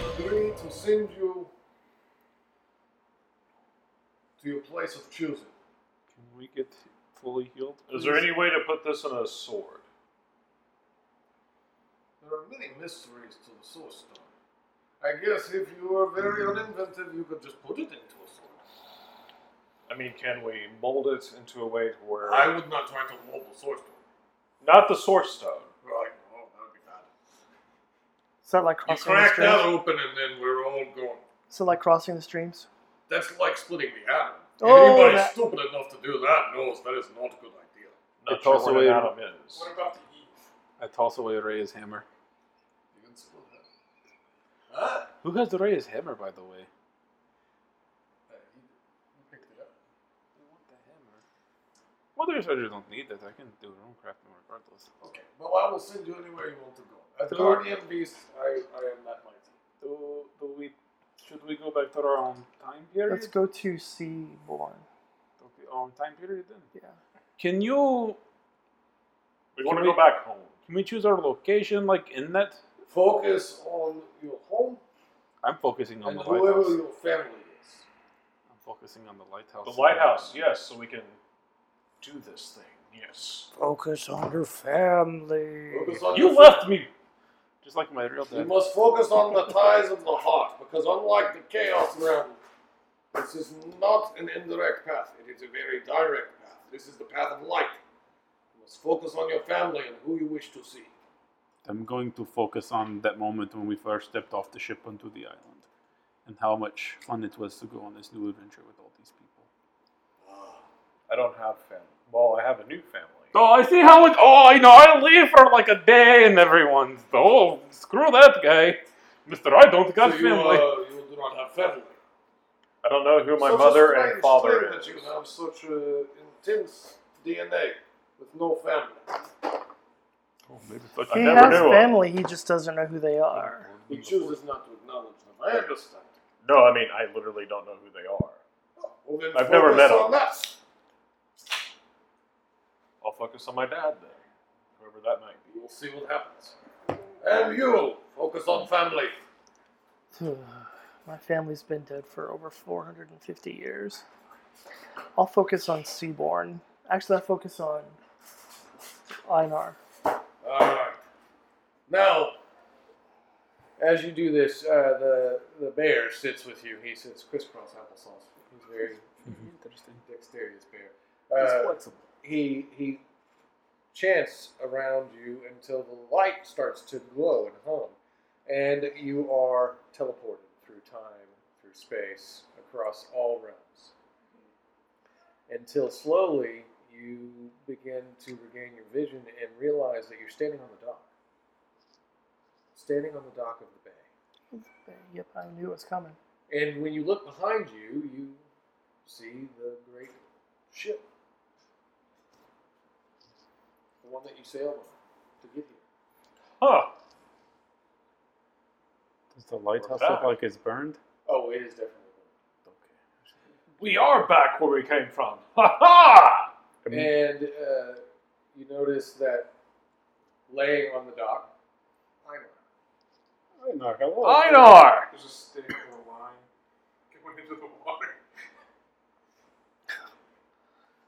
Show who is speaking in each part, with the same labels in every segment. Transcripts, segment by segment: Speaker 1: to send you to your place of choosing.
Speaker 2: Can we get fully healed?
Speaker 3: Is there any way to put this in a sword?
Speaker 1: There are many mysteries to the source stone. I guess if you were very uninventive, you could just put it into a sword.
Speaker 3: I mean, can we mold it into a way to where
Speaker 1: I would not try to mold the source stone.
Speaker 3: not the source stone?
Speaker 1: Right, oh, that would be bad.
Speaker 4: Is that like
Speaker 1: You
Speaker 4: crossing the
Speaker 1: crack that
Speaker 4: streams?
Speaker 1: open and then we're all gone.
Speaker 4: Is it like crossing the streams?
Speaker 1: That's like splitting the atom.
Speaker 4: Oh,
Speaker 1: Anybody
Speaker 4: that-
Speaker 1: stupid enough to do that knows that is not a good idea.
Speaker 3: Not
Speaker 2: It's
Speaker 3: sure
Speaker 2: also
Speaker 3: what an
Speaker 2: a-
Speaker 3: atom is.
Speaker 5: What about the Eve?
Speaker 2: I toss away Ray's hammer.
Speaker 1: You can split that. Ah,
Speaker 2: Who has Ray's hammer, by the way?
Speaker 1: hey, you, you picked it up.
Speaker 2: I want the hammer. Well, there's I just don't need that. I can do my own crafting regardless.
Speaker 1: Okay, well, I will send you anywhere you want to go. As
Speaker 2: Cool.
Speaker 1: guardian beast, I, I am that mighty.
Speaker 2: Do, do we? Should we go back to our own time period?
Speaker 4: Let's go to Seaborn.
Speaker 2: Okay, our own time period then.
Speaker 4: Yeah.
Speaker 2: Can you?
Speaker 3: We
Speaker 2: Can
Speaker 3: want to
Speaker 2: we-
Speaker 3: go back home.
Speaker 2: Can we choose our location, like in that?
Speaker 1: Focus on your home
Speaker 2: I'm focusing on
Speaker 1: and
Speaker 2: the
Speaker 1: whoever
Speaker 2: lighthouse.
Speaker 1: your family is.
Speaker 2: I'm focusing on the lighthouse.
Speaker 3: The lighthouse, yes, so we can do this thing. Yes.
Speaker 4: Focus on your family.
Speaker 1: Focus on
Speaker 2: You
Speaker 1: your
Speaker 2: left me. Just like my real
Speaker 1: You
Speaker 2: dad.
Speaker 1: must focus on the ties of the heart, because unlike the chaos realm, this is not an indirect path. It is a very direct path. This is the path of light. You must focus on your family and who you wish to see.
Speaker 6: I'm going to focus on that moment when we first stepped off the ship onto the island and how much fun it was to go on this new adventure with all these people.
Speaker 3: I don't have family. Well, I have a new family.
Speaker 2: Oh, I see how it. Oh, you know, I leave for like a day, and everyone's. Oh, screw that guy, Mister. I don't got
Speaker 1: So you,
Speaker 2: family.
Speaker 1: uh, you do not have family.
Speaker 3: I don't know who my
Speaker 1: Such a
Speaker 3: mother
Speaker 1: strange
Speaker 3: and father
Speaker 1: thing
Speaker 3: is.
Speaker 1: That you have such uh, intense DNA with no family.
Speaker 2: But
Speaker 4: He
Speaker 2: I never
Speaker 4: has
Speaker 2: knew.
Speaker 4: family, he just doesn't know who they are.
Speaker 1: He chooses not to acknowledge them. I understand.
Speaker 3: No, I mean I literally don't know who they are.
Speaker 1: Well, then
Speaker 3: I've never
Speaker 1: focus
Speaker 3: met
Speaker 1: on
Speaker 3: him.
Speaker 1: that.
Speaker 3: I'll focus on my dad then, whoever that might be.
Speaker 1: You will see what happens. And you focus on family.
Speaker 4: My family's been dead for over 450 years. I'll focus on Seaborn. Actually, I'll focus on Einar.
Speaker 1: Alright. Now, as you do this, uh, the the bear sits with you. He sits crisscross applesauce. He's very
Speaker 2: Interesting.
Speaker 1: dexterous bear. Uh, he he chants around you until the light starts to glow and hum, and you are teleported through time, through space, across all realms. Until slowly you begin to regain your vision and realize that you're standing on the dock. Standing on the dock of the bay.
Speaker 4: Yep, I knew it was coming.
Speaker 1: And when you look behind you, you see the great ship. The one that you sailed on to get here.
Speaker 3: Huh.
Speaker 6: Does the lighthouse
Speaker 3: back.
Speaker 6: look like it's burned?
Speaker 1: Oh, it is definitely.
Speaker 3: We are back where we came from. Ha ha!
Speaker 1: And uh, you notice that laying on the dock, Einar.
Speaker 6: Einar, hello.
Speaker 3: Einar!
Speaker 5: There's a stick or a line going into the water.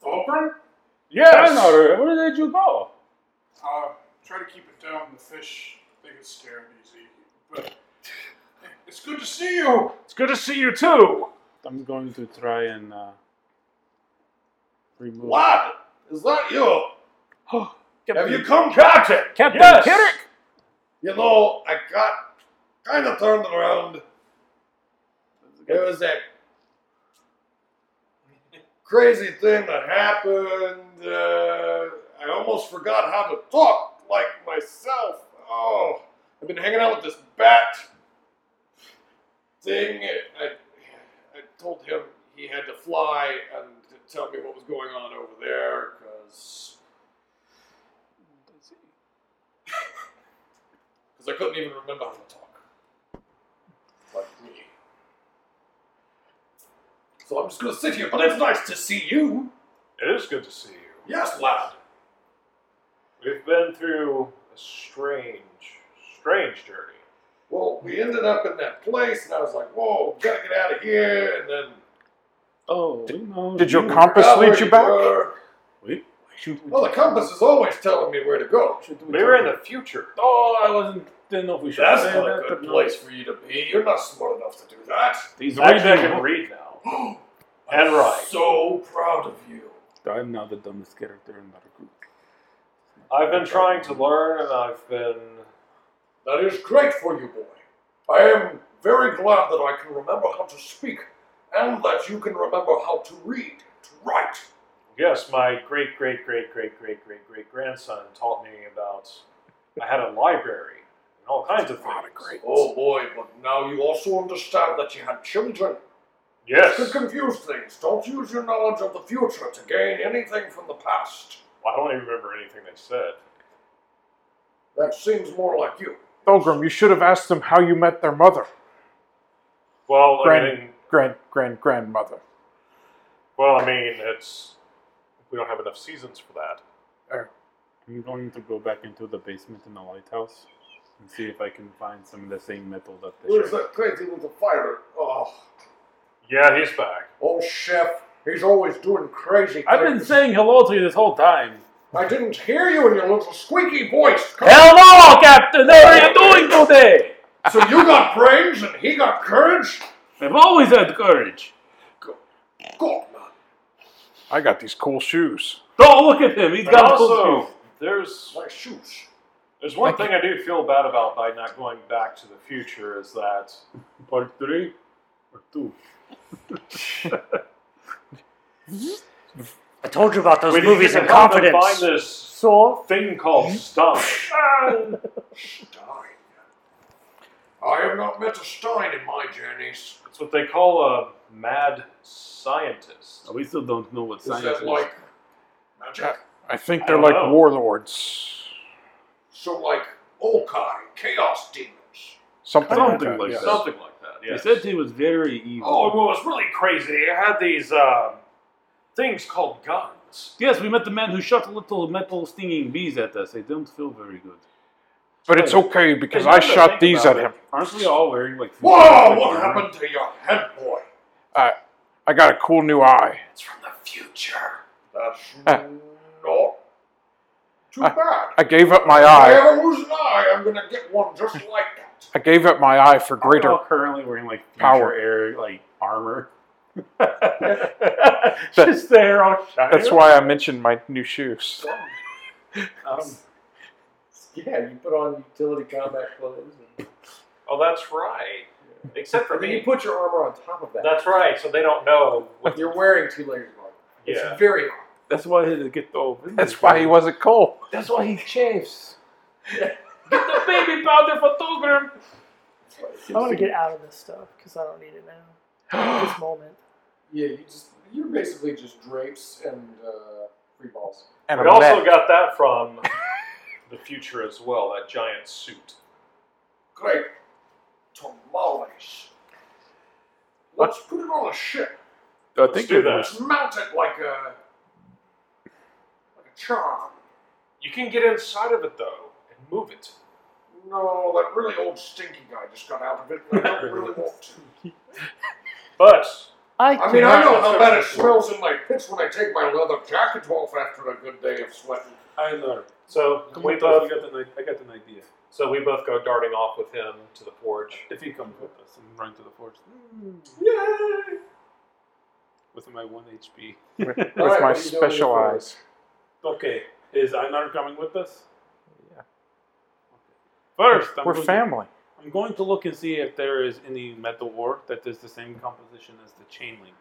Speaker 5: Open?
Speaker 3: Yes!
Speaker 6: Einar, where did you go?
Speaker 5: Uh, try to keep it down. The fish, they get scared easy. But it's good to see you.
Speaker 3: It's good to see you too!
Speaker 6: I'm going to try and uh, remove.
Speaker 1: Lad, is that you? Have you come back?
Speaker 3: Captain!
Speaker 2: Captain
Speaker 3: yes!
Speaker 2: Kirk!
Speaker 1: You know, I got kind of turned around. There was that crazy thing that happened. Uh, I almost forgot how to talk like myself. Oh, I've been hanging out with this bat thing. I, I told him he had to fly and to tell me what was going on over there because I couldn't even remember how to talk. Like me. So I'm just gonna sit here, but it's nice to see you.
Speaker 3: It is good to see you.
Speaker 1: Yes, lad.
Speaker 3: We've been through a strange, strange journey.
Speaker 1: well, we ended up in that place, and I was like, whoa, we gotta get out of here. And then
Speaker 6: Oh, we know.
Speaker 7: Did your
Speaker 1: we
Speaker 7: compass lead
Speaker 1: recovered,
Speaker 7: you back?
Speaker 1: brother.
Speaker 6: Wait.
Speaker 1: Well, the compass is always telling me where to go.
Speaker 3: We were in the future.
Speaker 6: Oh, I wasn't. Didn't know if we should.
Speaker 1: That's
Speaker 6: say
Speaker 1: not
Speaker 6: that,
Speaker 1: a
Speaker 6: but
Speaker 1: good
Speaker 6: no.
Speaker 1: place for you to be. You're not smart enough to do that.
Speaker 6: He's
Speaker 3: Actually, I can
Speaker 6: reading.
Speaker 3: read now.
Speaker 1: I'm
Speaker 3: And right.
Speaker 1: So proud of you.
Speaker 6: I'm now the dumbest character in our group.
Speaker 3: I've been trying to learn, and I've been.
Speaker 1: That is great for you, boy. I am very glad that I can remember how to speak and that you can remember how to read, to write.
Speaker 3: Yes, my great great great great great great great grandson taught me about. I had a library and all kinds of things.
Speaker 1: Oh boy, but now you also understand that you had children.
Speaker 3: Yes.
Speaker 1: You can confuse things. Don't use your knowledge of the future to gain anything from the past.
Speaker 3: I don't even remember anything they said.
Speaker 1: That seems more like you.
Speaker 7: Pilgrim, you should have asked them how you met their mother,
Speaker 3: Well, I
Speaker 7: Grand-
Speaker 3: mean,
Speaker 7: grand grand grandmother.
Speaker 3: well, I mean, it's we don't have enough seasons for that.
Speaker 6: I'm going to go back into the basement in the lighthouse and see if I can find some of the same metal that the
Speaker 1: Where's that
Speaker 6: ship.
Speaker 1: crazy little fire? Oh,
Speaker 3: Yeah, he's back.
Speaker 1: old chef. He's always doing crazy things.
Speaker 6: I've been saying hello to you this whole time.
Speaker 1: I didn't hear you in your little squeaky voice. Come on.
Speaker 6: Hello, Captain. How are you doing today?
Speaker 1: So you got brains and he got courage?
Speaker 6: I've always had courage.
Speaker 1: God, man.
Speaker 7: I got these cool shoes.
Speaker 6: Don't look at him. He's
Speaker 3: And
Speaker 6: got cool
Speaker 3: also,
Speaker 6: shoes.
Speaker 3: there's
Speaker 1: My shoes.
Speaker 3: there's one thing I do feel bad about by not going back to the future is that
Speaker 6: Part three or two.
Speaker 8: I told you about those
Speaker 3: We need
Speaker 8: movies
Speaker 3: to
Speaker 8: in
Speaker 3: help them
Speaker 8: confidence. Mm-hmm.
Speaker 3: Find this
Speaker 4: So,
Speaker 3: thing called stump.
Speaker 1: Stein. I have not met a Stein in my journeys.
Speaker 3: It's what they call a mad scientist.
Speaker 6: Oh, We still don't know what
Speaker 1: Is
Speaker 6: science
Speaker 1: that
Speaker 6: is.
Speaker 1: like magic?
Speaker 7: I think
Speaker 3: I
Speaker 7: they're
Speaker 3: don't
Speaker 7: like
Speaker 3: know.
Speaker 7: warlords.
Speaker 1: So like Okai, chaos demons.
Speaker 7: Something,
Speaker 6: Something
Speaker 7: like that.
Speaker 6: like
Speaker 7: yes.
Speaker 6: that.
Speaker 3: Something like that.
Speaker 6: They
Speaker 3: Yes.
Speaker 6: said he was very evil.
Speaker 3: Oh, well, it was really crazy. It had these um, things called guns.
Speaker 6: Yes, we met the man who shot little metal stinging bees at us. They don't feel very good.
Speaker 7: But it's okay because
Speaker 6: Hey,
Speaker 7: I
Speaker 6: now that I
Speaker 7: shot
Speaker 6: think
Speaker 7: these at
Speaker 6: about
Speaker 7: him.
Speaker 6: it, Aren't we all wearing like?
Speaker 1: Whoa! What happened to your head, boy?
Speaker 7: I got a cool new eye.
Speaker 3: It's from the future.
Speaker 1: That's
Speaker 7: Ah.
Speaker 1: not too
Speaker 7: Ah.
Speaker 1: bad.
Speaker 7: I gave up my
Speaker 1: If I
Speaker 7: eye.
Speaker 1: ever lose an eye, I'm gonna get one just like that.
Speaker 7: I gave up my eye for
Speaker 6: We're
Speaker 7: greater.
Speaker 6: all currently wearing like future
Speaker 7: Power.
Speaker 6: air like armor.
Speaker 7: Just
Speaker 6: there all shiny.
Speaker 7: That's why I mentioned my new shoes.
Speaker 6: Um,
Speaker 1: Yeah, you put on utility combat clothes. And
Speaker 3: Oh, that's right. Except for me.
Speaker 1: put your armor on top of
Speaker 3: That's right. So they don't know. What,
Speaker 1: You're wearing two layers of armor.
Speaker 3: yeah.
Speaker 1: It's very hard.
Speaker 6: that's why he didn't get the.
Speaker 7: That's why he wasn't cool.
Speaker 6: That's why he chafes. get the baby powder for Togrim.
Speaker 4: I want to get out of this stuff because I don't need it now. At this moment.
Speaker 1: Yeah, you just you're basically just drapes and uh, free balls.
Speaker 7: And
Speaker 3: We
Speaker 7: a
Speaker 3: also
Speaker 7: met.
Speaker 3: got that from the future as well. That giant suit.
Speaker 1: Great tamales. Let's put it on a ship.
Speaker 7: I think
Speaker 3: Let's do
Speaker 7: it
Speaker 3: that.
Speaker 7: was.
Speaker 1: Let's mount it like a like a charm.
Speaker 3: You can get inside of it though and move it.
Speaker 1: No, that really old stinky guy just got out of it. and I don't really want to.
Speaker 3: But
Speaker 4: I,
Speaker 1: I mean, I know
Speaker 4: cannot-
Speaker 1: how bad it smells in my pits when I take my leather jacket off after a good day of sweating.
Speaker 6: I know.
Speaker 3: so we
Speaker 6: Wait,
Speaker 3: both.
Speaker 6: got an, I got an idea.
Speaker 3: So we both go darting off with him to the forge.
Speaker 6: If he comes with us and run to the forest with my one HP.
Speaker 7: With, with
Speaker 1: Alright,
Speaker 7: my
Speaker 1: what are you doing with
Speaker 7: special
Speaker 1: the fork?
Speaker 7: eyes.
Speaker 6: Okay, is Einar coming with us? Yeah. First, I'm
Speaker 7: We're
Speaker 6: going to-
Speaker 7: family.
Speaker 6: I'm going to look and see if there is any metal ore that is the same composition as the chain link.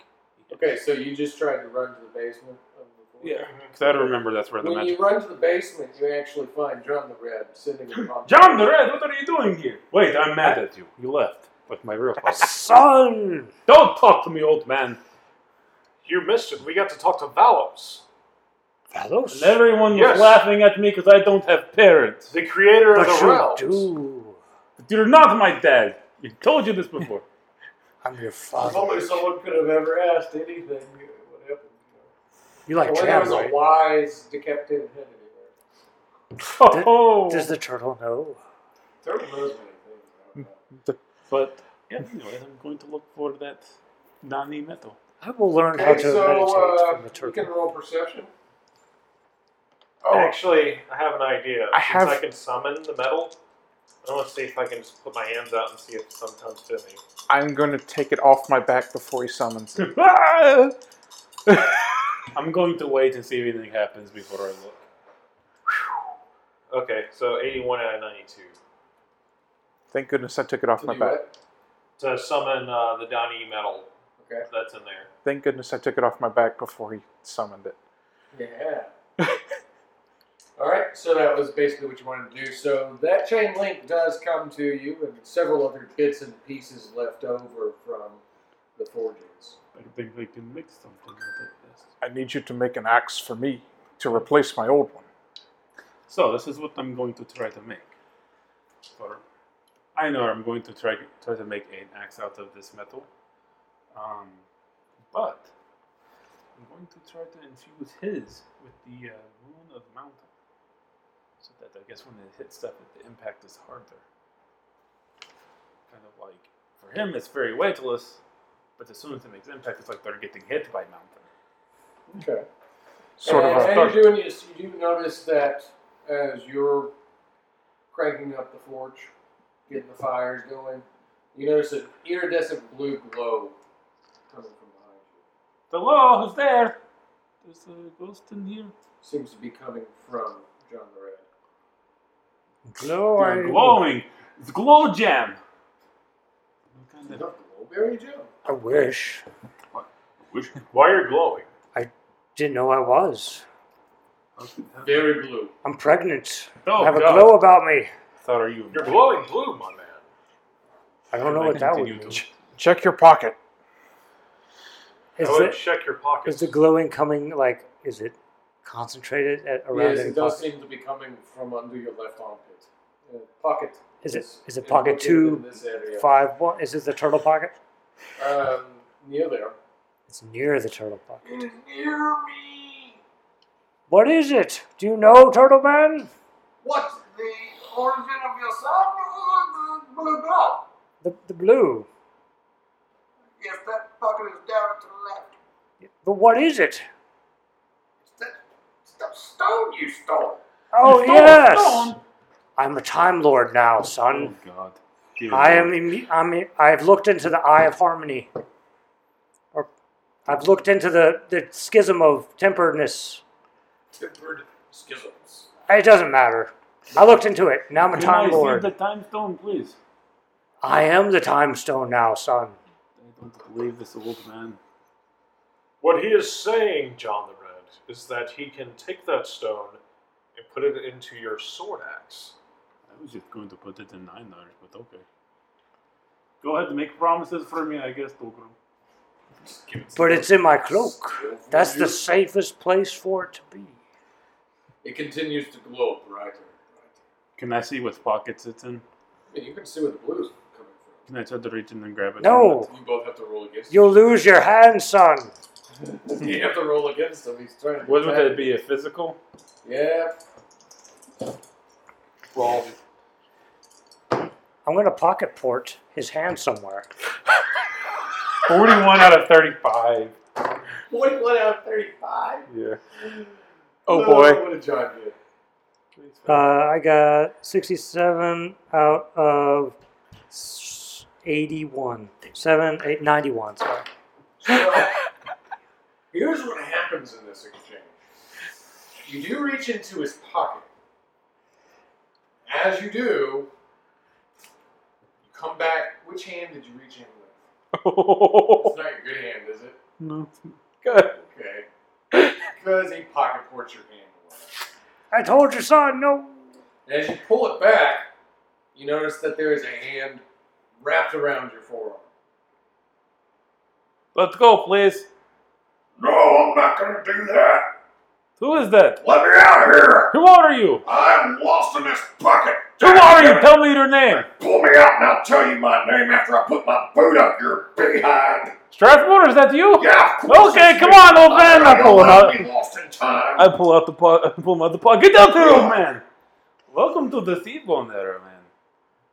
Speaker 1: Okay, so you just tried to run to the basement of the
Speaker 6: Yeah, because I remember that's where the
Speaker 1: When you
Speaker 6: magic.
Speaker 1: run to the basement, you actually find John the Red sitting in the
Speaker 6: John the Red, what are you doing here? Wait, I'm mad at you. You left. But my real father.
Speaker 7: Son!
Speaker 6: Don't talk to me, old man.
Speaker 3: You missed it. We got to talk to Valos,
Speaker 8: Fellows?
Speaker 6: And everyone was
Speaker 3: Yes.
Speaker 6: laughing at me because I don't have parents.
Speaker 3: the creator
Speaker 8: But
Speaker 3: of the
Speaker 8: you
Speaker 3: realms.
Speaker 8: do.
Speaker 6: But you're not my dad. I told you this before.
Speaker 8: I'm your
Speaker 1: If only
Speaker 8: father.
Speaker 1: someone could have ever asked anything, it would happen.
Speaker 8: You like
Speaker 1: Well,
Speaker 8: jam,
Speaker 1: that was a
Speaker 8: right?
Speaker 1: wise decapitated head anywhere.
Speaker 6: oh,
Speaker 8: Does the turtle know?
Speaker 1: Turtle knows many things. I don't know.
Speaker 6: But yeah, anyway, I'm going to look for that Nani metal.
Speaker 8: I will learn how
Speaker 5: Okay,
Speaker 8: to
Speaker 5: so
Speaker 8: meditate
Speaker 5: uh,
Speaker 8: from the
Speaker 5: you can
Speaker 8: turtle.
Speaker 5: roll perception.
Speaker 7: Oh,
Speaker 3: Actually, I have an idea.
Speaker 7: I
Speaker 3: Since
Speaker 7: have-
Speaker 3: I can summon the metal, I want to see if I can just put my hands out and see if some comes to me.
Speaker 7: I'm going to take it off my back before he summons it.
Speaker 6: Ah! I'm going to wait and see if anything happens before I look.
Speaker 3: Okay, so 81 out of 92.
Speaker 7: Thank goodness I took it off
Speaker 1: To
Speaker 7: my
Speaker 1: do
Speaker 7: back.
Speaker 1: what?
Speaker 3: To summon uh, the Donnie metal
Speaker 1: Okay.
Speaker 3: that's in there.
Speaker 7: Thank goodness I took it off my back before he summoned it.
Speaker 1: Yeah. All right, so that was basically what you wanted to do. So that chain link does come to you, and several other bits and pieces left over from the forges.
Speaker 6: I think they can make something with it. Yes.
Speaker 7: I need you to make an axe for me to replace my old one.
Speaker 6: So this is what I'm going to try to make. Or I know I'm going to try try to make an axe out of this metal. Um, but I'm going to try to infuse his with the uh, rune of mountain, so that I guess when it hits stuff, the impact is harder. Kind of like for him, it's very weightless, but as soon as it makes impact, it's like they're getting hit by mountain.
Speaker 1: Okay.
Speaker 7: Sort
Speaker 1: and
Speaker 7: of a
Speaker 1: as you're doing this, you do notice that as you're cranking up the forge, getting the fires going, you notice an iridescent blue glow coming from behind you.
Speaker 6: Hello, who's there? There's a ghost in here.
Speaker 1: Seems to be coming from John the Red.
Speaker 6: They're
Speaker 8: Glory.
Speaker 6: glowing. It's glow jam. What
Speaker 1: Is
Speaker 6: kind
Speaker 1: that Glowberry Jim?
Speaker 8: I wish.
Speaker 6: of
Speaker 3: Why are you glowing?
Speaker 8: Didn't know I was.
Speaker 1: Very blue.
Speaker 8: I'm pregnant.
Speaker 6: Oh,
Speaker 8: I have
Speaker 6: God.
Speaker 8: a glow about me.
Speaker 6: thought are you?
Speaker 3: You're glowing blue, my man.
Speaker 8: I don't know what that would mean.
Speaker 6: Continue
Speaker 8: Is
Speaker 7: Check your pocket.
Speaker 3: I would
Speaker 8: it,
Speaker 3: check your
Speaker 8: is
Speaker 3: pockets.
Speaker 8: the glowing coming like? Is it concentrated at around
Speaker 1: yes,
Speaker 8: any
Speaker 1: it does
Speaker 8: pocket?
Speaker 1: seem to be coming from under your left armpit. Uh, pocket.
Speaker 8: Is it is
Speaker 1: located
Speaker 8: it pocket two,
Speaker 1: in this area.
Speaker 8: five one? Is it the turtle pocket?
Speaker 1: Um, near there.
Speaker 8: It's near the turtle pocket.
Speaker 1: It's near me.
Speaker 8: What is it? Do you know, Turtle Man?
Speaker 1: What's the origin of your sound? The blue glow.
Speaker 8: The the blue.
Speaker 1: Yes, that pocket is down to the left.
Speaker 8: But what is it?
Speaker 1: It's that, it's that stone you stole.
Speaker 8: Oh yes. I'm a time lord now, son.
Speaker 6: Oh God. Dear
Speaker 8: I am.
Speaker 6: Lord.
Speaker 8: imme- I'm. I've looked into the eye of harmony, or I've looked into the the schism of temperedness.
Speaker 1: Tempered schisms.
Speaker 8: It doesn't matter. I looked into it. Now I'm a
Speaker 6: Can
Speaker 8: time
Speaker 6: I see
Speaker 8: lord.
Speaker 6: the time stone, please?
Speaker 8: I am the time stone now, son.
Speaker 6: I don't believe this old man.
Speaker 3: What he is saying, John the Red, is that he can take that stone and put it into your sword axe.
Speaker 6: I was just going to put it in nine hours, but okay. Go ahead and make promises for me, I guess, Pilgrim.
Speaker 8: But it's in my cloak. That's the safest place for it to be.
Speaker 1: It continues to glow brighter. and
Speaker 6: Can I see what pockets it's in?
Speaker 1: brighter. I mean, you can see where the blue is coming
Speaker 6: Can I try to reach in and grab it?
Speaker 8: No,
Speaker 1: from. You both have to roll against.
Speaker 8: you'll lose your hand, son.
Speaker 1: him. you have to roll against him. He's trying to.
Speaker 6: What would
Speaker 1: attack
Speaker 6: that be? A physical?
Speaker 1: you. Yeah.
Speaker 3: Well,
Speaker 8: I'm gonna pocket port his hand somewhere.
Speaker 6: 41 out of 35.
Speaker 1: Forty-one out of thirty-five.
Speaker 6: Yeah.
Speaker 7: Oh, boy.
Speaker 1: What did John get?
Speaker 8: Uh, I got 67 out of s- 81. 7, 8, 91, sorry.
Speaker 1: So, here's what happens in this exchange. You do reach into his pocket. As you do, you come back. Which hand did you reach in with? It's not your good hand, is it?
Speaker 6: No.
Speaker 1: Okay. Because he pocket ports your hand away.
Speaker 8: I told your son, no.
Speaker 1: And as you pull it back, you notice that there is a hand wrapped around your forearm.
Speaker 2: Let's go, please.
Speaker 5: No, I'm not gonna do that.
Speaker 2: Who is that?
Speaker 5: Let me out of here.
Speaker 2: Who are you?
Speaker 5: I'm lost in this bucket.
Speaker 2: Who are you? Tell me your name.
Speaker 5: Pull me out and I'll tell you my name after I put my boot up your behind.
Speaker 2: Strathmore, is that you?
Speaker 5: Yeah, of course
Speaker 2: Okay,
Speaker 5: it's
Speaker 2: come
Speaker 5: me.
Speaker 2: on, old man. I
Speaker 5: I
Speaker 2: pull him out.
Speaker 5: am lost in time.
Speaker 2: I pull out the pot. I pull him out the pot. Get down there, old man. Welcome to the seaborne era, man.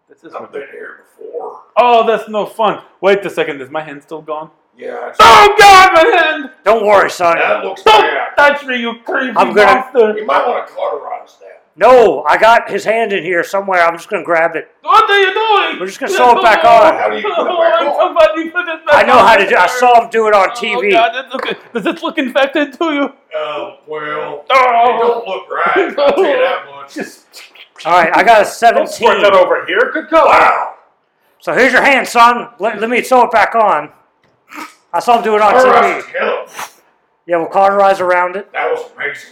Speaker 6: This is
Speaker 1: I've been
Speaker 6: ridiculous.
Speaker 1: here before.
Speaker 6: Oh, that's no fun. Wait a second. Is my hand still gone?
Speaker 1: Yeah, it's-
Speaker 6: Oh God, my hand!
Speaker 8: Don't worry, son.
Speaker 1: that looks
Speaker 6: Don't
Speaker 1: bad.
Speaker 6: touch me, you creepy
Speaker 8: I'm gonna-
Speaker 6: monster!
Speaker 1: You might want to cauterize that.
Speaker 8: No, I got his hand in here somewhere. I'm just gonna grab it.
Speaker 6: What are you doing?
Speaker 8: We're just gonna sew it back on.
Speaker 1: How do you put it
Speaker 6: Oh,
Speaker 1: back on?
Speaker 6: Somebody put it back
Speaker 8: I know how to do. I
Speaker 6: on.
Speaker 8: saw him do it on
Speaker 6: Oh,
Speaker 8: TV.
Speaker 6: God, it's okay. Does it look infected to you?
Speaker 1: Oh, well, it
Speaker 6: Oh,
Speaker 1: don't look right. I'll tell you that much.
Speaker 8: All right, I got a
Speaker 3: Don't
Speaker 8: 17.
Speaker 3: squirt that over here. Good God.
Speaker 1: Wow.
Speaker 8: So here's your hand, son. Let, let me sew it back on. I saw him do it on TV.
Speaker 1: Cauterized hell.
Speaker 8: Yeah, we'll cauterize around it.
Speaker 1: That was amazing.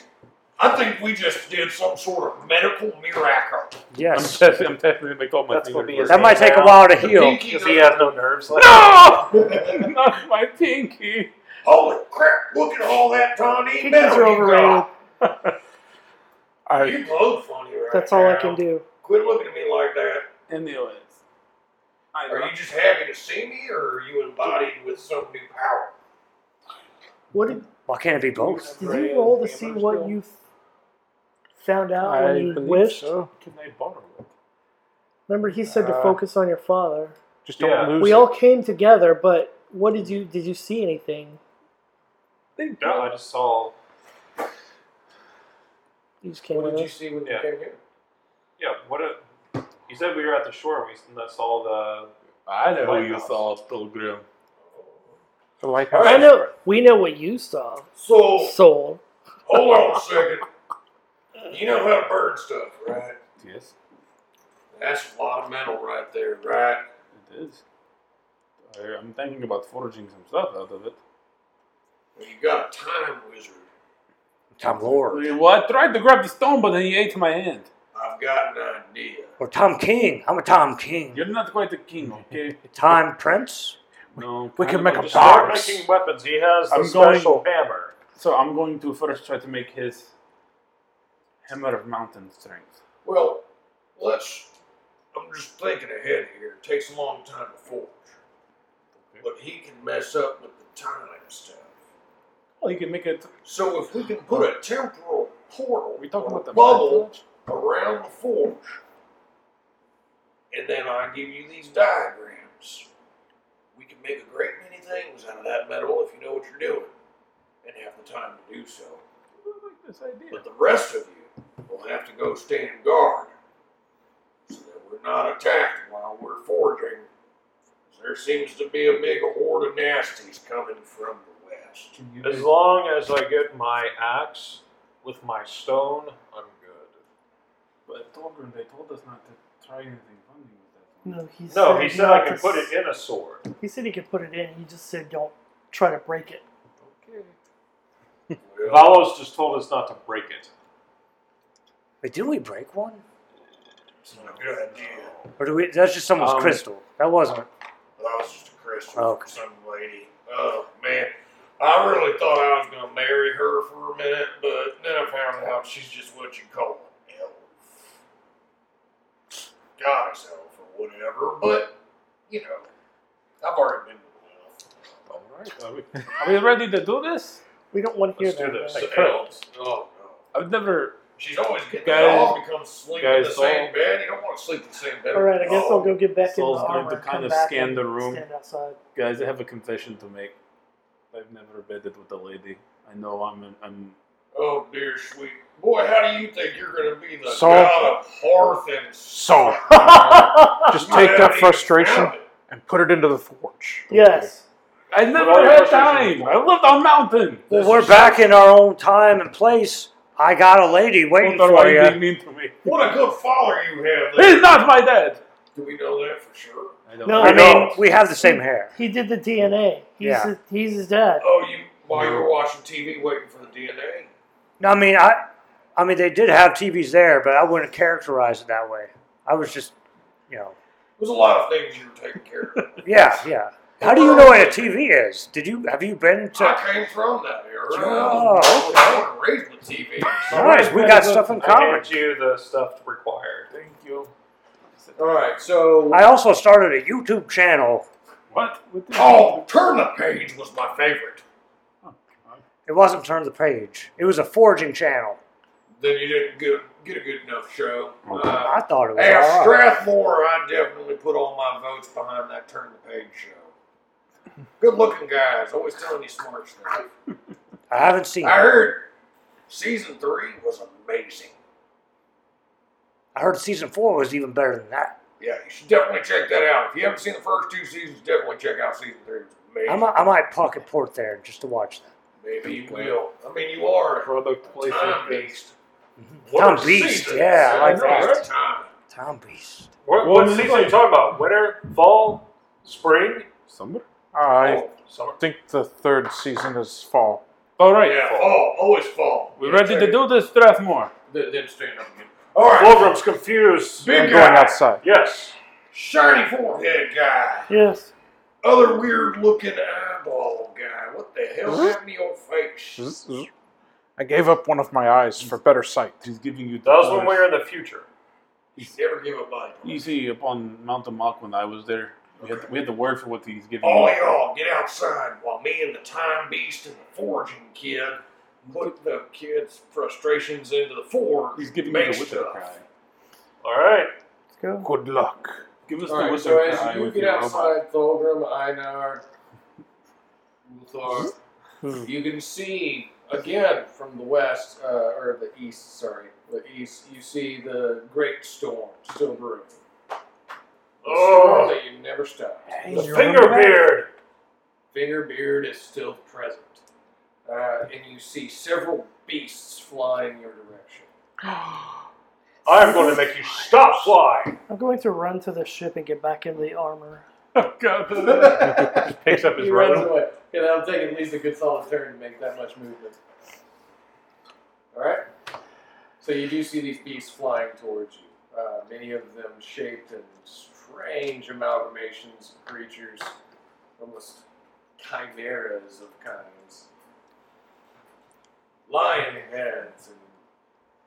Speaker 1: I think we just did some sort of medical miracle.
Speaker 6: I'm
Speaker 8: Yes.
Speaker 6: testing. I'm testing to make all my
Speaker 3: That's
Speaker 6: fingers
Speaker 3: gonna be
Speaker 6: work.
Speaker 3: his
Speaker 8: That might take a while to heal.
Speaker 1: Pinky
Speaker 3: Because he has no nerves left.
Speaker 6: No, not my pinky.
Speaker 1: Holy crap, look at all that Tawny
Speaker 4: Pinkies
Speaker 1: metal
Speaker 4: are
Speaker 1: you got.
Speaker 6: I
Speaker 1: You glow funny right
Speaker 4: That's all I
Speaker 1: now.
Speaker 4: can do.
Speaker 1: Quit looking at me like that.
Speaker 6: anyways. I
Speaker 1: Are you just happy to see me, or are you embodied with some new power?
Speaker 4: What did,
Speaker 8: Why can't it be both?
Speaker 4: did you roll to see what you found out
Speaker 6: I
Speaker 4: when you
Speaker 6: believe
Speaker 4: wished?
Speaker 6: so. Can I borrow it?
Speaker 4: Remember, he said to
Speaker 9: Uh,
Speaker 4: focus on your father.
Speaker 9: Just don't
Speaker 3: Yeah.
Speaker 9: lose
Speaker 4: We
Speaker 9: it.
Speaker 4: all came together, but what did you did you see anything?
Speaker 6: Thank
Speaker 3: No, I
Speaker 6: God.
Speaker 3: just saw.
Speaker 4: You just came
Speaker 10: What
Speaker 4: with
Speaker 10: did you
Speaker 4: us.
Speaker 10: see when
Speaker 3: Yeah.
Speaker 10: you came here?
Speaker 3: Yeah, what a. You said we were at the shore and we saw the.
Speaker 6: I know you
Speaker 3: Lighthouse.
Speaker 6: saw Pilgrim.
Speaker 9: The lighthouse.
Speaker 4: I know we know what you saw,
Speaker 3: Oh.
Speaker 1: So,
Speaker 4: soul.
Speaker 1: hold on a second. You know how to burn stuff, right?
Speaker 6: Yes,
Speaker 1: That's a lot of metal right there, right?
Speaker 6: it is. I, I'm thinking about forging some stuff out of it.
Speaker 1: Well, you got a time wizard.
Speaker 8: Tom Lord.
Speaker 6: Well, I tried to grab the stone, but then he ate my hand.
Speaker 1: I've got an idea.
Speaker 8: Or Tom King. I'm a Tom King.
Speaker 6: You're not quite a king, okay?
Speaker 8: Time Prince?
Speaker 6: No.
Speaker 9: We can
Speaker 6: kind of
Speaker 9: make
Speaker 6: like
Speaker 9: a
Speaker 6: the-
Speaker 3: Start
Speaker 9: Dogs.
Speaker 3: making weapons. He has the
Speaker 6: I'm going-
Speaker 3: special hammer.
Speaker 6: So I'm going to first try to make his hammer of mountain strength.
Speaker 1: Well, let's. I'm just thinking ahead here. It takes a long time to forge, but he can mess up with the time stuff.
Speaker 6: Oh, you can make it.
Speaker 1: So if we can put a temporal portal,
Speaker 6: Are we talking
Speaker 1: or
Speaker 6: about the
Speaker 1: bubble
Speaker 6: Mind
Speaker 1: around the forge, and then I give you these diagrams, we can make a great many things out of that metal if you know what you're doing and have the time to do so.
Speaker 6: I like this idea.
Speaker 1: But the rest of you will have to go stand guard so that we're not attacked while we're foraging. There seems to be a big horde of nasties coming from the west.
Speaker 6: Can you
Speaker 3: As
Speaker 6: guys-
Speaker 3: long as I get my axe with my stone, I'm good.
Speaker 6: But Torgrim, they told us not to try anything funny with that one.
Speaker 4: No, he said
Speaker 3: No, he said
Speaker 4: not
Speaker 3: I can
Speaker 4: to
Speaker 3: put
Speaker 4: s-
Speaker 3: it in a sword.
Speaker 4: He said he could put it in. He just said don't try to break it.
Speaker 1: Well,
Speaker 3: Valos just told us not to break it.
Speaker 8: Wait, didn't we break one?
Speaker 1: it's not a good idea.
Speaker 8: Or do we? That's just someone's
Speaker 6: Um,
Speaker 8: crystal. That wasn't.
Speaker 1: That was just a crystal
Speaker 8: Okay.
Speaker 1: from some lady. Oh man, I really thought I was gonna marry her for a minute, but then I found out she's just what you call an elf, goddess elf or whatever. But you know, I've already been with
Speaker 9: Mm.
Speaker 6: All right. Are we, are we ready to do this?
Speaker 4: We don't want to hear
Speaker 3: Let's do
Speaker 4: that.
Speaker 3: this.
Speaker 1: an elf.
Speaker 3: Like
Speaker 1: So elves. Oh no,
Speaker 6: I've never.
Speaker 1: she's always getting
Speaker 6: Guys-
Speaker 1: off and comes sleep in the
Speaker 6: guys,
Speaker 1: same bed. You don't want to sleep in the same bed.
Speaker 4: All right, I guess I'll go get back
Speaker 6: Soul's
Speaker 4: in the
Speaker 6: going
Speaker 4: armor.
Speaker 6: to
Speaker 4: and
Speaker 6: kind
Speaker 4: come
Speaker 6: of
Speaker 4: back
Speaker 6: scan
Speaker 4: and
Speaker 6: the room.
Speaker 4: Stand outside.
Speaker 6: Guys, I have a confession to make. I've never bedded with a lady. I know I'm. An, I'm.
Speaker 1: Oh dear sweet boy, how do you think you're gonna be the
Speaker 9: So-
Speaker 1: god of hearth and
Speaker 9: So, just
Speaker 1: You
Speaker 9: take
Speaker 1: haven't
Speaker 9: that
Speaker 1: even
Speaker 9: frustration
Speaker 1: found it.
Speaker 9: and put it into the forge.
Speaker 4: Yes.
Speaker 6: I
Speaker 3: all
Speaker 6: never
Speaker 3: your
Speaker 6: had
Speaker 3: questions are
Speaker 6: time. I lived on mountain.
Speaker 8: Well, we're back in our own time and place. I got a lady waiting
Speaker 6: What are
Speaker 8: for
Speaker 6: you
Speaker 8: you.
Speaker 6: being mean to me?
Speaker 1: What a good father you have there.
Speaker 6: He's not my dad.
Speaker 1: Do we know that for sure?
Speaker 6: I don't.
Speaker 4: No.
Speaker 8: I mean, we have the same hair.
Speaker 4: He did the DNA. He's,
Speaker 8: Yeah.
Speaker 4: his, he's his dad.
Speaker 1: Oh, you while you were watching TV waiting for the DNA?
Speaker 8: No, I mean, I, I mean, they did have TVs there, but I wouldn't characterize it that way. I was just, you know,
Speaker 1: There's a lot of things you were taking care of.
Speaker 8: yeah, yeah. How do you know what a TV is? Did you have you been to?
Speaker 1: I came from that era.
Speaker 8: Oh,
Speaker 1: I wasn't raised with TV.
Speaker 8: Nice, we got stuff in
Speaker 3: I
Speaker 8: common.
Speaker 3: hand you the stuff required.
Speaker 6: Thank you.
Speaker 10: All right, so
Speaker 8: I also started a YouTube channel.
Speaker 6: What? What the-
Speaker 1: Oh, Turn the Page was my favorite.
Speaker 8: It wasn't Turn the Page. It was a forging channel.
Speaker 1: Then you didn't get
Speaker 5: get a good enough show.
Speaker 6: Okay.
Speaker 5: Uh,
Speaker 8: I thought it was
Speaker 5: Hey,
Speaker 8: all right.
Speaker 5: Strathmore, I definitely put all my votes behind that turn the page show. Good looking guys, always telling you smart stuff.
Speaker 8: I haven't seen
Speaker 5: I
Speaker 8: it.
Speaker 5: heard season three was amazing.
Speaker 8: I heard season four was even better than that.
Speaker 5: Yeah, you should definitely check that out. If you haven't seen the first two seasons, definitely check out season three. It was
Speaker 8: I
Speaker 5: amazing.
Speaker 8: might, I might pocket port there just to watch that.
Speaker 5: Maybe you will. I mean, you are
Speaker 6: Product
Speaker 5: a time
Speaker 6: placement.
Speaker 5: beast.
Speaker 8: Tom Beast, yeah, I like
Speaker 5: that. Time.
Speaker 8: Tom Beast.
Speaker 3: What,
Speaker 6: Well,
Speaker 3: what
Speaker 6: we
Speaker 3: season
Speaker 6: like-
Speaker 3: are you talking about? Winter, fall, spring,
Speaker 6: Summer?
Speaker 7: I
Speaker 5: Fall, summer.
Speaker 7: think the third season is fall.
Speaker 6: All right.
Speaker 5: Yeah, fall. Always fall.
Speaker 6: We're
Speaker 5: Yeah,
Speaker 6: ready to
Speaker 5: check
Speaker 6: do this, Strathmore.
Speaker 5: it. Then- Then stand up again. All right.
Speaker 3: Fulgrim's confused.
Speaker 7: I'm
Speaker 5: Big
Speaker 6: uh,
Speaker 7: going
Speaker 5: guy.
Speaker 7: outside.
Speaker 3: Yes.
Speaker 5: Shiny forehead guy.
Speaker 4: Yes.
Speaker 5: other weird looking eyeball guy. What the hell happened to your face?
Speaker 7: I gave up one of my eyes for better sight.
Speaker 6: He's giving you the
Speaker 3: That was when we
Speaker 6: orders.
Speaker 3: were in the future.
Speaker 5: You never give a bite.
Speaker 6: Easy upon Mount Amok when I was there. We had, we had the word for what he's giving
Speaker 1: Oh,
Speaker 5: All
Speaker 6: you.
Speaker 5: Oh, y'all get outside while me and the time beast and the forging kid put the kid's frustrations into the forge.
Speaker 6: He's giving
Speaker 5: make
Speaker 6: you the wizard
Speaker 5: stuff.
Speaker 6: cry.
Speaker 3: All right.
Speaker 4: Let's go.
Speaker 7: Good luck.
Speaker 6: Give us
Speaker 1: All
Speaker 6: the
Speaker 1: right,
Speaker 6: wizard
Speaker 1: so as
Speaker 6: cry
Speaker 1: you
Speaker 6: with
Speaker 1: get
Speaker 6: your robot.
Speaker 1: outside Tholgrim, Einar, Ulthar,
Speaker 6: Hmm.
Speaker 1: you can see again from the west, uh, or the east, sorry, the east, you see the great storm still brewing. The storm
Speaker 3: Oh,
Speaker 1: that you never stopped.
Speaker 4: Hey,
Speaker 1: The
Speaker 4: you
Speaker 3: finger
Speaker 4: remember that?
Speaker 3: beard.
Speaker 1: finger beard is still present. Uh, and you see several beasts flying your direction.
Speaker 3: I'm going to make you stop flying.
Speaker 4: I'm going to run to the ship and get back in the armor.
Speaker 6: Oh, God.
Speaker 1: he
Speaker 3: Picks up his
Speaker 1: runs
Speaker 3: robe.
Speaker 1: away. Yeah, that'll take at least a good solid turn to make that much movement. Alright? So you do see these beasts flying towards you. Uh, many of them shaped in strange amalgamations of creatures, almost chimeras of kinds. Lion heads and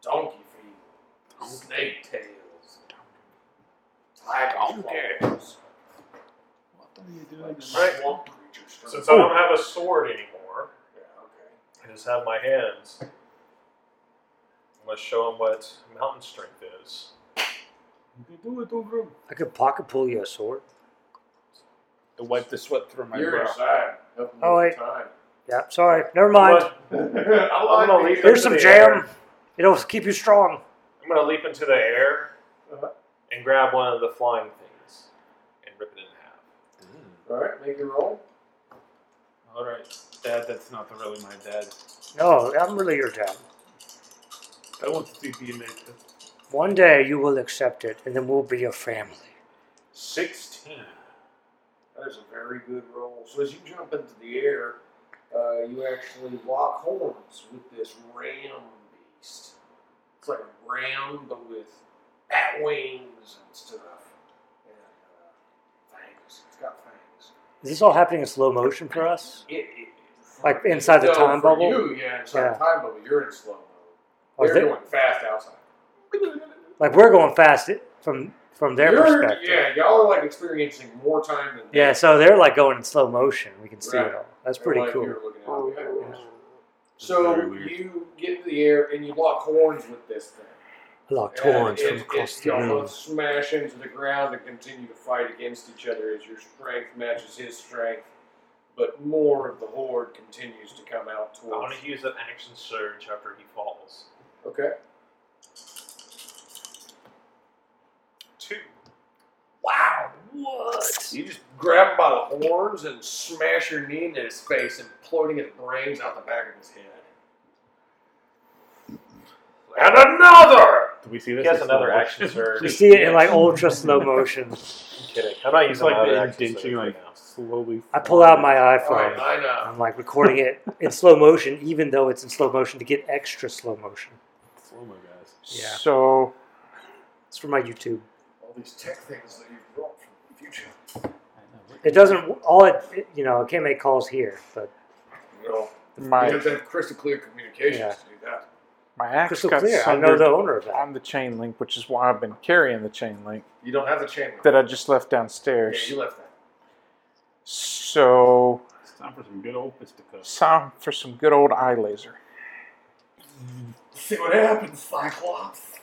Speaker 1: donkey feet, snake tails, tiger claws, like swamp creatures.
Speaker 3: Since I don't have a sword anymore,
Speaker 1: Yeah, okay.
Speaker 3: I just have my hands. Let's show him what mountain strength is.
Speaker 6: You can do it, Ogrim.
Speaker 8: I could pocket pull you a sword.
Speaker 6: I wiped the sweat from my
Speaker 1: You're
Speaker 6: brow.
Speaker 1: inside. Helping
Speaker 8: Oh,
Speaker 1: with
Speaker 8: wait.
Speaker 1: time.
Speaker 8: Yeah, sorry. Never mind.
Speaker 3: But
Speaker 1: I
Speaker 3: I'm
Speaker 1: like
Speaker 3: gonna leap
Speaker 8: Here's
Speaker 3: into
Speaker 8: some
Speaker 3: the
Speaker 8: jam.
Speaker 3: air.
Speaker 8: It'll keep you strong.
Speaker 3: I'm going to leap into the air
Speaker 1: Uh-huh.
Speaker 3: and grab one of the flying things and rip it in half.
Speaker 1: it. All right, make your roll.
Speaker 6: All right. Dad, that's not really my dad.
Speaker 8: No, I'm really your dad.
Speaker 6: I want to see you make it.
Speaker 8: One day you will accept it, and then we'll be a family.
Speaker 3: 16.
Speaker 1: That is a very good roll. So as you jump into the air, uh, you actually lock horns with this ram beast. It's like a ram, but with bat wings and stuff. And uh, fangs. It's got fangs.
Speaker 8: Is this all happening in slow motion for us?
Speaker 1: It, it,
Speaker 8: Like inside the
Speaker 1: No,
Speaker 8: time
Speaker 1: for
Speaker 8: bubble?
Speaker 1: You, yeah, inside
Speaker 8: Yeah.
Speaker 1: the time bubble. You're in slow mo.
Speaker 8: Or
Speaker 1: They're
Speaker 8: is it-
Speaker 1: going fast outside.
Speaker 8: like we're going fast it- from from their
Speaker 1: You're-
Speaker 8: perspective.
Speaker 1: Yeah, y'all are like experiencing more time than
Speaker 8: Yeah, so they're like going in slow motion. We can see
Speaker 1: Right.
Speaker 8: it all. That's
Speaker 1: They're
Speaker 8: pretty
Speaker 1: like
Speaker 8: cool.
Speaker 1: you're looking at it. Oh, Yeah. So you get in the air and you lock horns with this thing.
Speaker 4: Locked
Speaker 1: And
Speaker 4: horns
Speaker 1: it-
Speaker 4: from
Speaker 1: it-
Speaker 4: across the
Speaker 1: y'all
Speaker 4: room.
Speaker 1: both smash into the ground and continue to fight against each other as your strength matches his strength. But more of the horde continues to come out
Speaker 3: I want
Speaker 1: towards.
Speaker 3: to use an action surge after he falls.
Speaker 1: you. Okay.
Speaker 3: Two.
Speaker 1: Wow.
Speaker 4: What?
Speaker 1: You just grab him by the horns and smash your knee into his face, imploding his brains out the back of his head.
Speaker 3: And another!
Speaker 6: Do we see this?
Speaker 3: He has
Speaker 6: It's
Speaker 3: another
Speaker 6: not-
Speaker 3: action surge.
Speaker 8: You see it in like ultra slow motion.
Speaker 3: I'm kidding. I'm not
Speaker 6: It's
Speaker 3: using
Speaker 6: like
Speaker 3: another
Speaker 6: the
Speaker 3: action surge
Speaker 6: indenting,
Speaker 3: right
Speaker 6: like,
Speaker 3: now.
Speaker 6: slowly.
Speaker 8: I pull out my
Speaker 1: All right,
Speaker 8: iPhone.
Speaker 1: I uh, know.
Speaker 8: I'm like recording it in slow motion, even though it's in slow motion to get extra slow motion.
Speaker 6: Oh, my gosh.
Speaker 8: Yeah.
Speaker 7: So
Speaker 8: It's for my YouTube.
Speaker 1: all these tech things that you brought from the future.
Speaker 8: It doesn't all it, it- you know. I can't make calls here, but
Speaker 5: You know, you
Speaker 7: my
Speaker 5: have to have crystal clear communications
Speaker 8: Yeah.
Speaker 5: to do that.
Speaker 7: my axe
Speaker 8: crystal
Speaker 7: got
Speaker 8: clear. I know
Speaker 7: sundered
Speaker 8: the owner of that.
Speaker 7: on the chain link, which is why I've been carrying the chain link
Speaker 1: You don't have the chain link.
Speaker 7: that I just left
Speaker 1: Yeah,
Speaker 7: downstairs.
Speaker 1: you left that.
Speaker 7: So
Speaker 6: It's time for some good old fisticuffs.
Speaker 7: it's time for some good old eye laser.
Speaker 1: See what happens, Cyclops.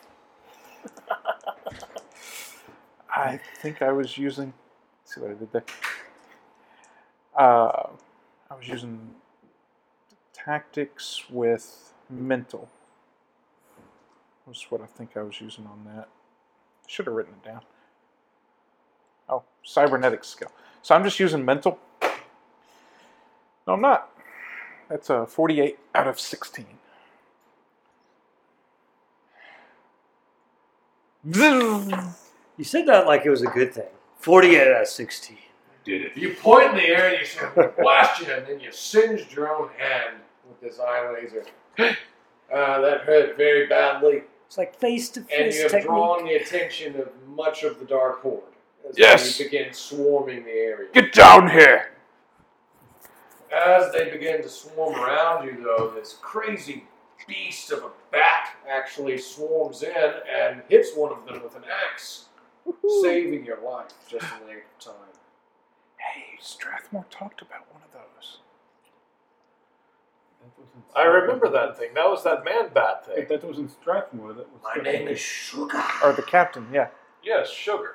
Speaker 7: I think I was using. Let's see what I did there. Uh, I was using tactics with mental. Was what I think I was using on that. Should have written it down. Oh, cybernetic skill. So I'm just using mental. No, I'm not. That's a 48 out of 16.
Speaker 8: You said that like it was a good thing. 48 out of 16.
Speaker 1: Dude, if you point in the air and you say, blast you, and then you singed your own hand with this eye laser. Uh, that hurt very badly,
Speaker 8: It's like face to
Speaker 1: and you
Speaker 8: face
Speaker 1: have
Speaker 8: technique.
Speaker 1: drawn the attention of much of the Dark Horde. As
Speaker 7: Yes.
Speaker 1: they begin swarming the area.
Speaker 7: Get down here!
Speaker 1: As they begin to swarm around you, though, this crazy beast of a bat actually swarms in and hits one of them with an axe, saving your life just in the nick of time.
Speaker 7: Hey, Strathmore talked about one of those.
Speaker 4: That wasn't
Speaker 3: I remember that thing. That was that man bat
Speaker 4: But
Speaker 3: thing.
Speaker 4: that wasn't Strathmore. That was
Speaker 1: My name is Sugar.
Speaker 7: Or the captain, yeah.
Speaker 3: Yes, sugar.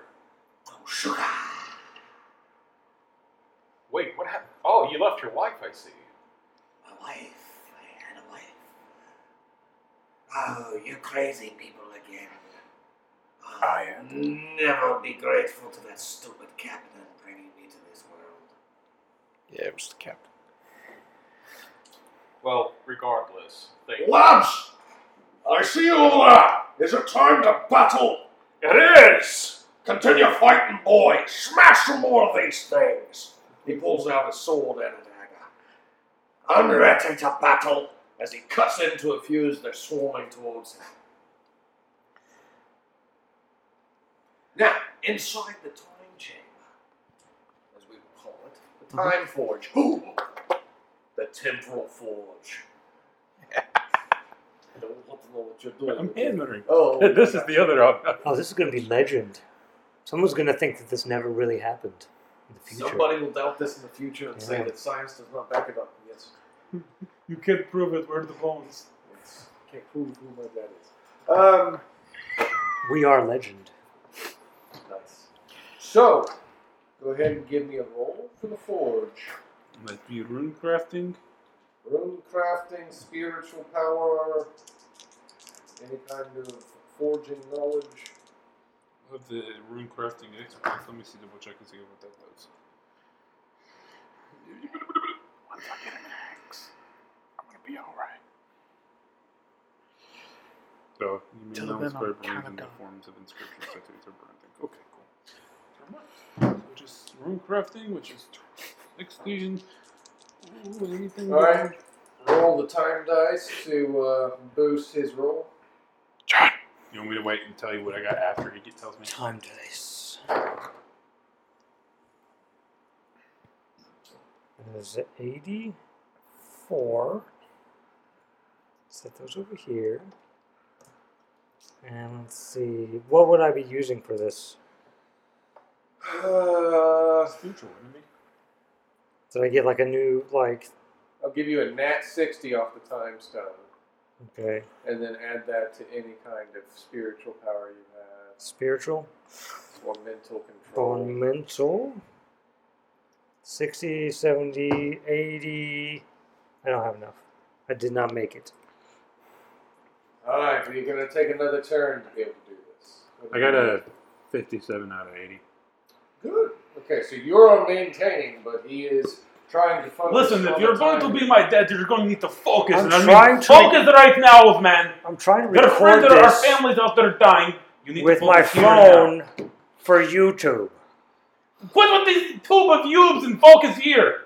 Speaker 1: Sugar.
Speaker 3: Wait, what happened? Oh, you left your wife, I see.
Speaker 1: My wife. I had a wife. Oh, you crazy people again.
Speaker 7: I
Speaker 5: Oh.
Speaker 7: am.
Speaker 1: never be grateful to that stupid captain bringing me to this world.
Speaker 7: Yeah, it was the captain.
Speaker 3: Well, regardless. Thank you.
Speaker 1: Lads! I see you there! Is it time to battle? It is! Continue fighting, boy! Smash some more of these things! He pulls out a sword and a dagger. I'm ready to battle! As he cuts into a few as they're swarming towards him. Now, inside the time chamber, as we would call it, the
Speaker 4: Mm-hmm.
Speaker 1: time forge. Who? The temporal forge. I don't want to know what you're doing.
Speaker 4: I'm
Speaker 1: with it.
Speaker 4: hammering.
Speaker 1: Oh,
Speaker 4: this is the other option.
Speaker 8: Oh, this is going to be legend. Someone's going to think that this never really happened in the future.
Speaker 1: Somebody will doubt this in the future and say
Speaker 8: Yeah.
Speaker 1: that science does not back it up. Yes,
Speaker 4: You can't prove it. Where are the bones?
Speaker 1: yes. can't prove who my dad is. Um,
Speaker 8: We are legend.
Speaker 1: nice. So, go ahead and give me a roll for the forge.
Speaker 4: Might be rune crafting.
Speaker 1: Rune crafting, spiritual power, any kind of forging knowledge.
Speaker 4: I have the rune crafting expert. Let me see double check and see what that does.
Speaker 7: Once I get an axe, I'm gonna be alright.
Speaker 4: So Oh, you may
Speaker 7: Till
Speaker 4: now
Speaker 7: then,
Speaker 4: inspire
Speaker 7: I'm
Speaker 4: brains
Speaker 7: kinda
Speaker 4: in the
Speaker 7: done.
Speaker 4: forms of inscriptions, tattoos, or burn things. Okay, cool. Never mind. So just rune crafting, which is exclusion. Ooh, anything
Speaker 1: All right. Roll the time dice to uh, boost his roll.
Speaker 7: John!
Speaker 4: You want me to wait and tell you what I got after he get- tells me?
Speaker 8: Time dice. It is 84. Set those over here. And let's see. What would I be using for this?
Speaker 1: Uh,
Speaker 4: Spiritual enemy.
Speaker 8: Did I get like a new, like,
Speaker 1: I'll give you a nat 60 off the time stone.
Speaker 8: okay,
Speaker 1: and then add that to any kind of spiritual power you have
Speaker 8: spiritual?
Speaker 1: or mental control.
Speaker 8: on mental 60 70 80 i don't have enough i did not make it
Speaker 1: All right, but you're going to take another turn to be able to do this.
Speaker 4: I got a 57 out of 80.
Speaker 1: good. Okay, so you're on maintaining, but he is trying to focus.
Speaker 6: Listen, if
Speaker 1: on
Speaker 6: you're
Speaker 1: the
Speaker 6: going to
Speaker 1: time.
Speaker 6: be my dad, you're going to need to focus.
Speaker 8: I'm
Speaker 6: and I mean
Speaker 8: trying to-
Speaker 6: focus right now, man.
Speaker 8: i'm trying to
Speaker 6: There are friends
Speaker 8: record
Speaker 6: that are
Speaker 8: this
Speaker 6: families out there dying. You need
Speaker 8: with
Speaker 6: to
Speaker 8: my
Speaker 6: focus here and now.
Speaker 8: phone for youtube
Speaker 6: Quit with these tube of yubes and focus here.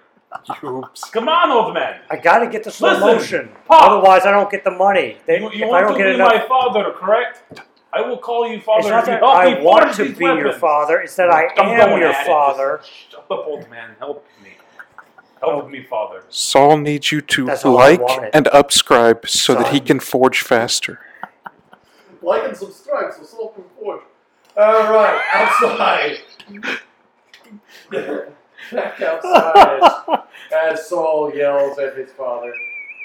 Speaker 7: Oops.
Speaker 6: Come on, old man.
Speaker 8: i gotta get the slow
Speaker 6: Listen,
Speaker 8: motion
Speaker 6: Pop.
Speaker 8: otherwise i don't get the money They-
Speaker 6: You, you
Speaker 8: if i
Speaker 6: want
Speaker 8: don't
Speaker 6: to
Speaker 8: get
Speaker 6: be
Speaker 8: enough
Speaker 6: my father, correct? I will call you father.
Speaker 8: it's not
Speaker 6: if you
Speaker 8: that
Speaker 6: help
Speaker 8: i
Speaker 6: me
Speaker 8: want
Speaker 6: forge
Speaker 8: to
Speaker 6: these
Speaker 8: be your
Speaker 6: weapons.
Speaker 8: father it's that i
Speaker 6: I'm
Speaker 8: am
Speaker 6: going
Speaker 8: your
Speaker 6: at it.
Speaker 8: father
Speaker 6: Shut up, old man. Help me. Help me, father.
Speaker 7: Saul needs you to
Speaker 8: That's all I
Speaker 7: like
Speaker 8: wanted.
Speaker 7: and upscribe so that he
Speaker 8: Son.
Speaker 7: can forge faster.
Speaker 1: like and subscribe, so Soul can forge. All right, outside. Back outside as, as Saul yells at his father.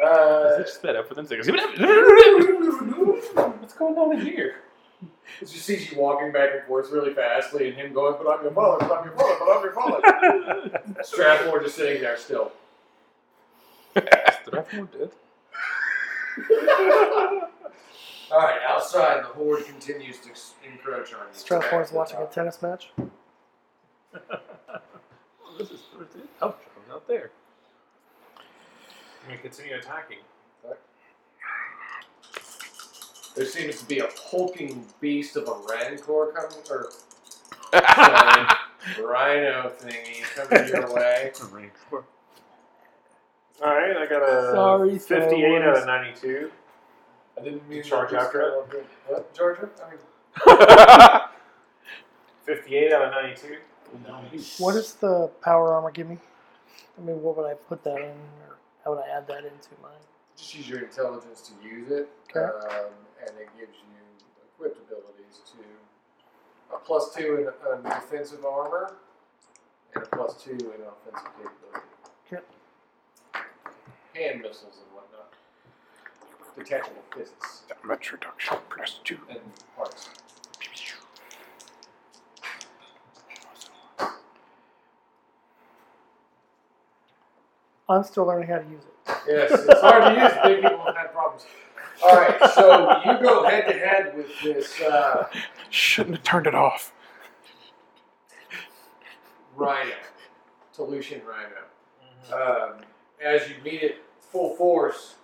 Speaker 1: Uh,
Speaker 6: Is it just that up for them seconds? What's going on here?
Speaker 1: It just sees you walking back and forth really fastly, and him going, "But I'm your father, but I'm your father, but I'm your father." Strathmore just sitting there still.
Speaker 6: Strathmore did.
Speaker 1: All right, outside the horde continues to encroach on you.
Speaker 4: Strathmore's watching a tennis match.
Speaker 6: This is Help John's out there.
Speaker 3: I'm going to continue attacking.
Speaker 1: There seems to be a hulking beast of a rancor coming, or sorry, rhino thingy coming your way.
Speaker 3: All right, I got a
Speaker 4: Sorry, Star
Speaker 3: 58 out
Speaker 4: Wars.
Speaker 3: of 92.
Speaker 1: I didn't mean
Speaker 3: Charge
Speaker 1: to-
Speaker 3: after
Speaker 1: What, Georgia? I mean,
Speaker 3: 58 out of 92.
Speaker 4: What does the power armor give me? I mean, what would I put that in, or how would I add that into mine?
Speaker 1: just use your intelligence to use it,
Speaker 4: Okay.
Speaker 1: um, and it gives you equipped abilities to a plus two in um, defensive armor and a plus two in offensive capability.
Speaker 4: Okay.
Speaker 1: Hand missiles and whatnot, detachable fists
Speaker 7: Damage reduction plus two.
Speaker 1: and parts.
Speaker 4: I'm still learning how to use it.
Speaker 1: Yes, it's hard to use. Big people have had problems. All right, so you go head to head with this uh,
Speaker 7: Shouldn't have turned it off.
Speaker 1: rhino, Tolution rhino. Um, as you meet it full force,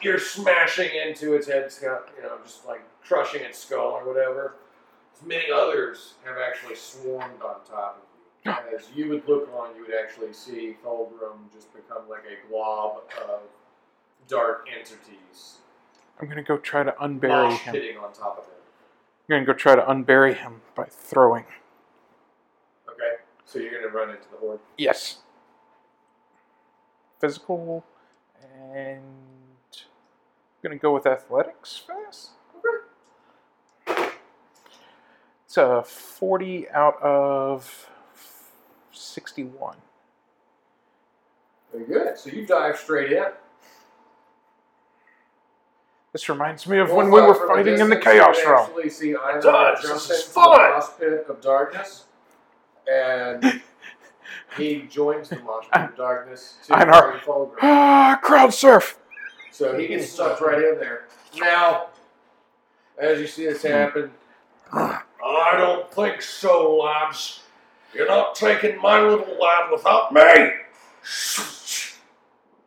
Speaker 1: you're smashing into its head, scu- you know, just like crushing its skull or whatever. Many others have actually swarmed on top of you. As you would look on, you would actually see Fulgrim just become like a glob of dark entities
Speaker 7: I'm gonna go try to unbury
Speaker 1: mosh
Speaker 7: him.
Speaker 1: pitting on top of him.
Speaker 7: I'm gonna go try to unbury him by throwing.
Speaker 1: Okay, so you're gonna run into the horde.
Speaker 7: Yes. Physical and I'm gonna go with athletics for this. It's a forty out of sixty-one.
Speaker 1: Very good. So you dive straight in.
Speaker 7: This reminds me of
Speaker 1: Well,
Speaker 7: when we
Speaker 1: uh,
Speaker 7: were
Speaker 1: from a
Speaker 7: fighting in the
Speaker 1: distance, you
Speaker 7: Chaos
Speaker 1: can
Speaker 7: Realm.
Speaker 1: Actually, see Iron
Speaker 3: Dodge,
Speaker 1: jump
Speaker 3: this is
Speaker 1: into the
Speaker 3: fun.
Speaker 1: mosh pit of darkness, and he joins the mosh pit of darkness to
Speaker 7: Iron-
Speaker 1: Iron Fulgrim.
Speaker 7: Ah, crowd surf.
Speaker 1: So he gets sucked right in there. Now, as you see this happen,
Speaker 5: I don't think so, lads. You're not taking my little lad without me.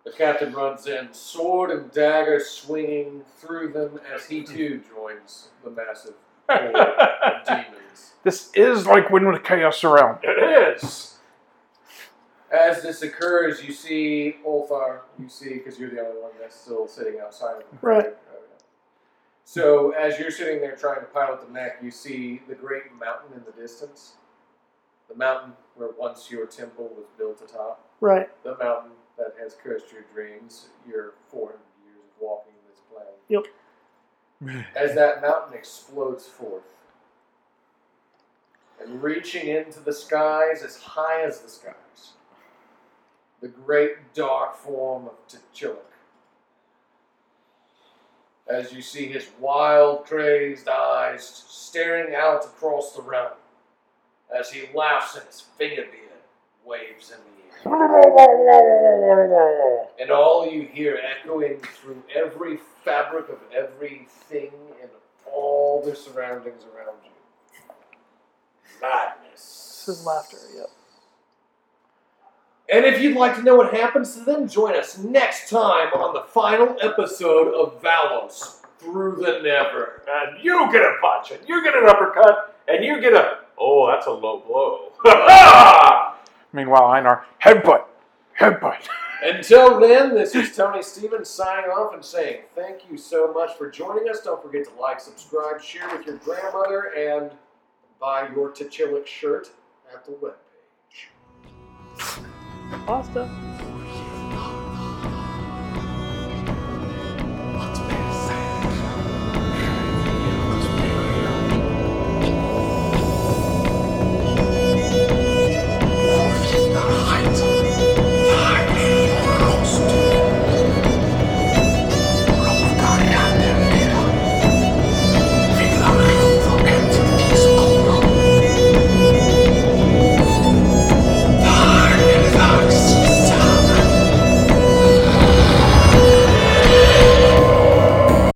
Speaker 1: the captain runs in, sword and dagger swinging through them as he too joins the massive horde of demons.
Speaker 7: This is like when the Chaos Realm.
Speaker 3: It is.
Speaker 1: As this occurs, you see Ulthar. You see, because you're the only one that's still sitting outside of the crowd.
Speaker 4: Right.
Speaker 1: So, as you're sitting there trying to pilot the mech, you see the great mountain in the distance. The mountain where once your temple was built atop.
Speaker 4: Right.
Speaker 1: The mountain that has cursed your dreams, your 400 years of walking this plane.
Speaker 4: Yep.
Speaker 1: As that mountain explodes forth and reaching into the skies as high as the skies, the great dark form of T'Chillic. As you see his wild, crazed eyes staring out across the realm as he laughs and his finger beard waves in the air and all you hear echoing through every fabric of everything and all the surroundings around you. Madness.
Speaker 4: This is laughter. Yep.
Speaker 1: And if you'd like to know what happens to them, join us next time on the final episode of Valos Through the Never.
Speaker 3: And you get a punch, and you get an uppercut, and you get a. Oh, that's a low blow.
Speaker 7: Meanwhile, Einar headbutt, headbutt.
Speaker 1: Until then, this is Tony Stevens signing off and saying thank you so much for joining us. Don't forget to like, subscribe, share with your grandmother, and buy your T'Chillic shirt at the webpage.
Speaker 4: Pasta.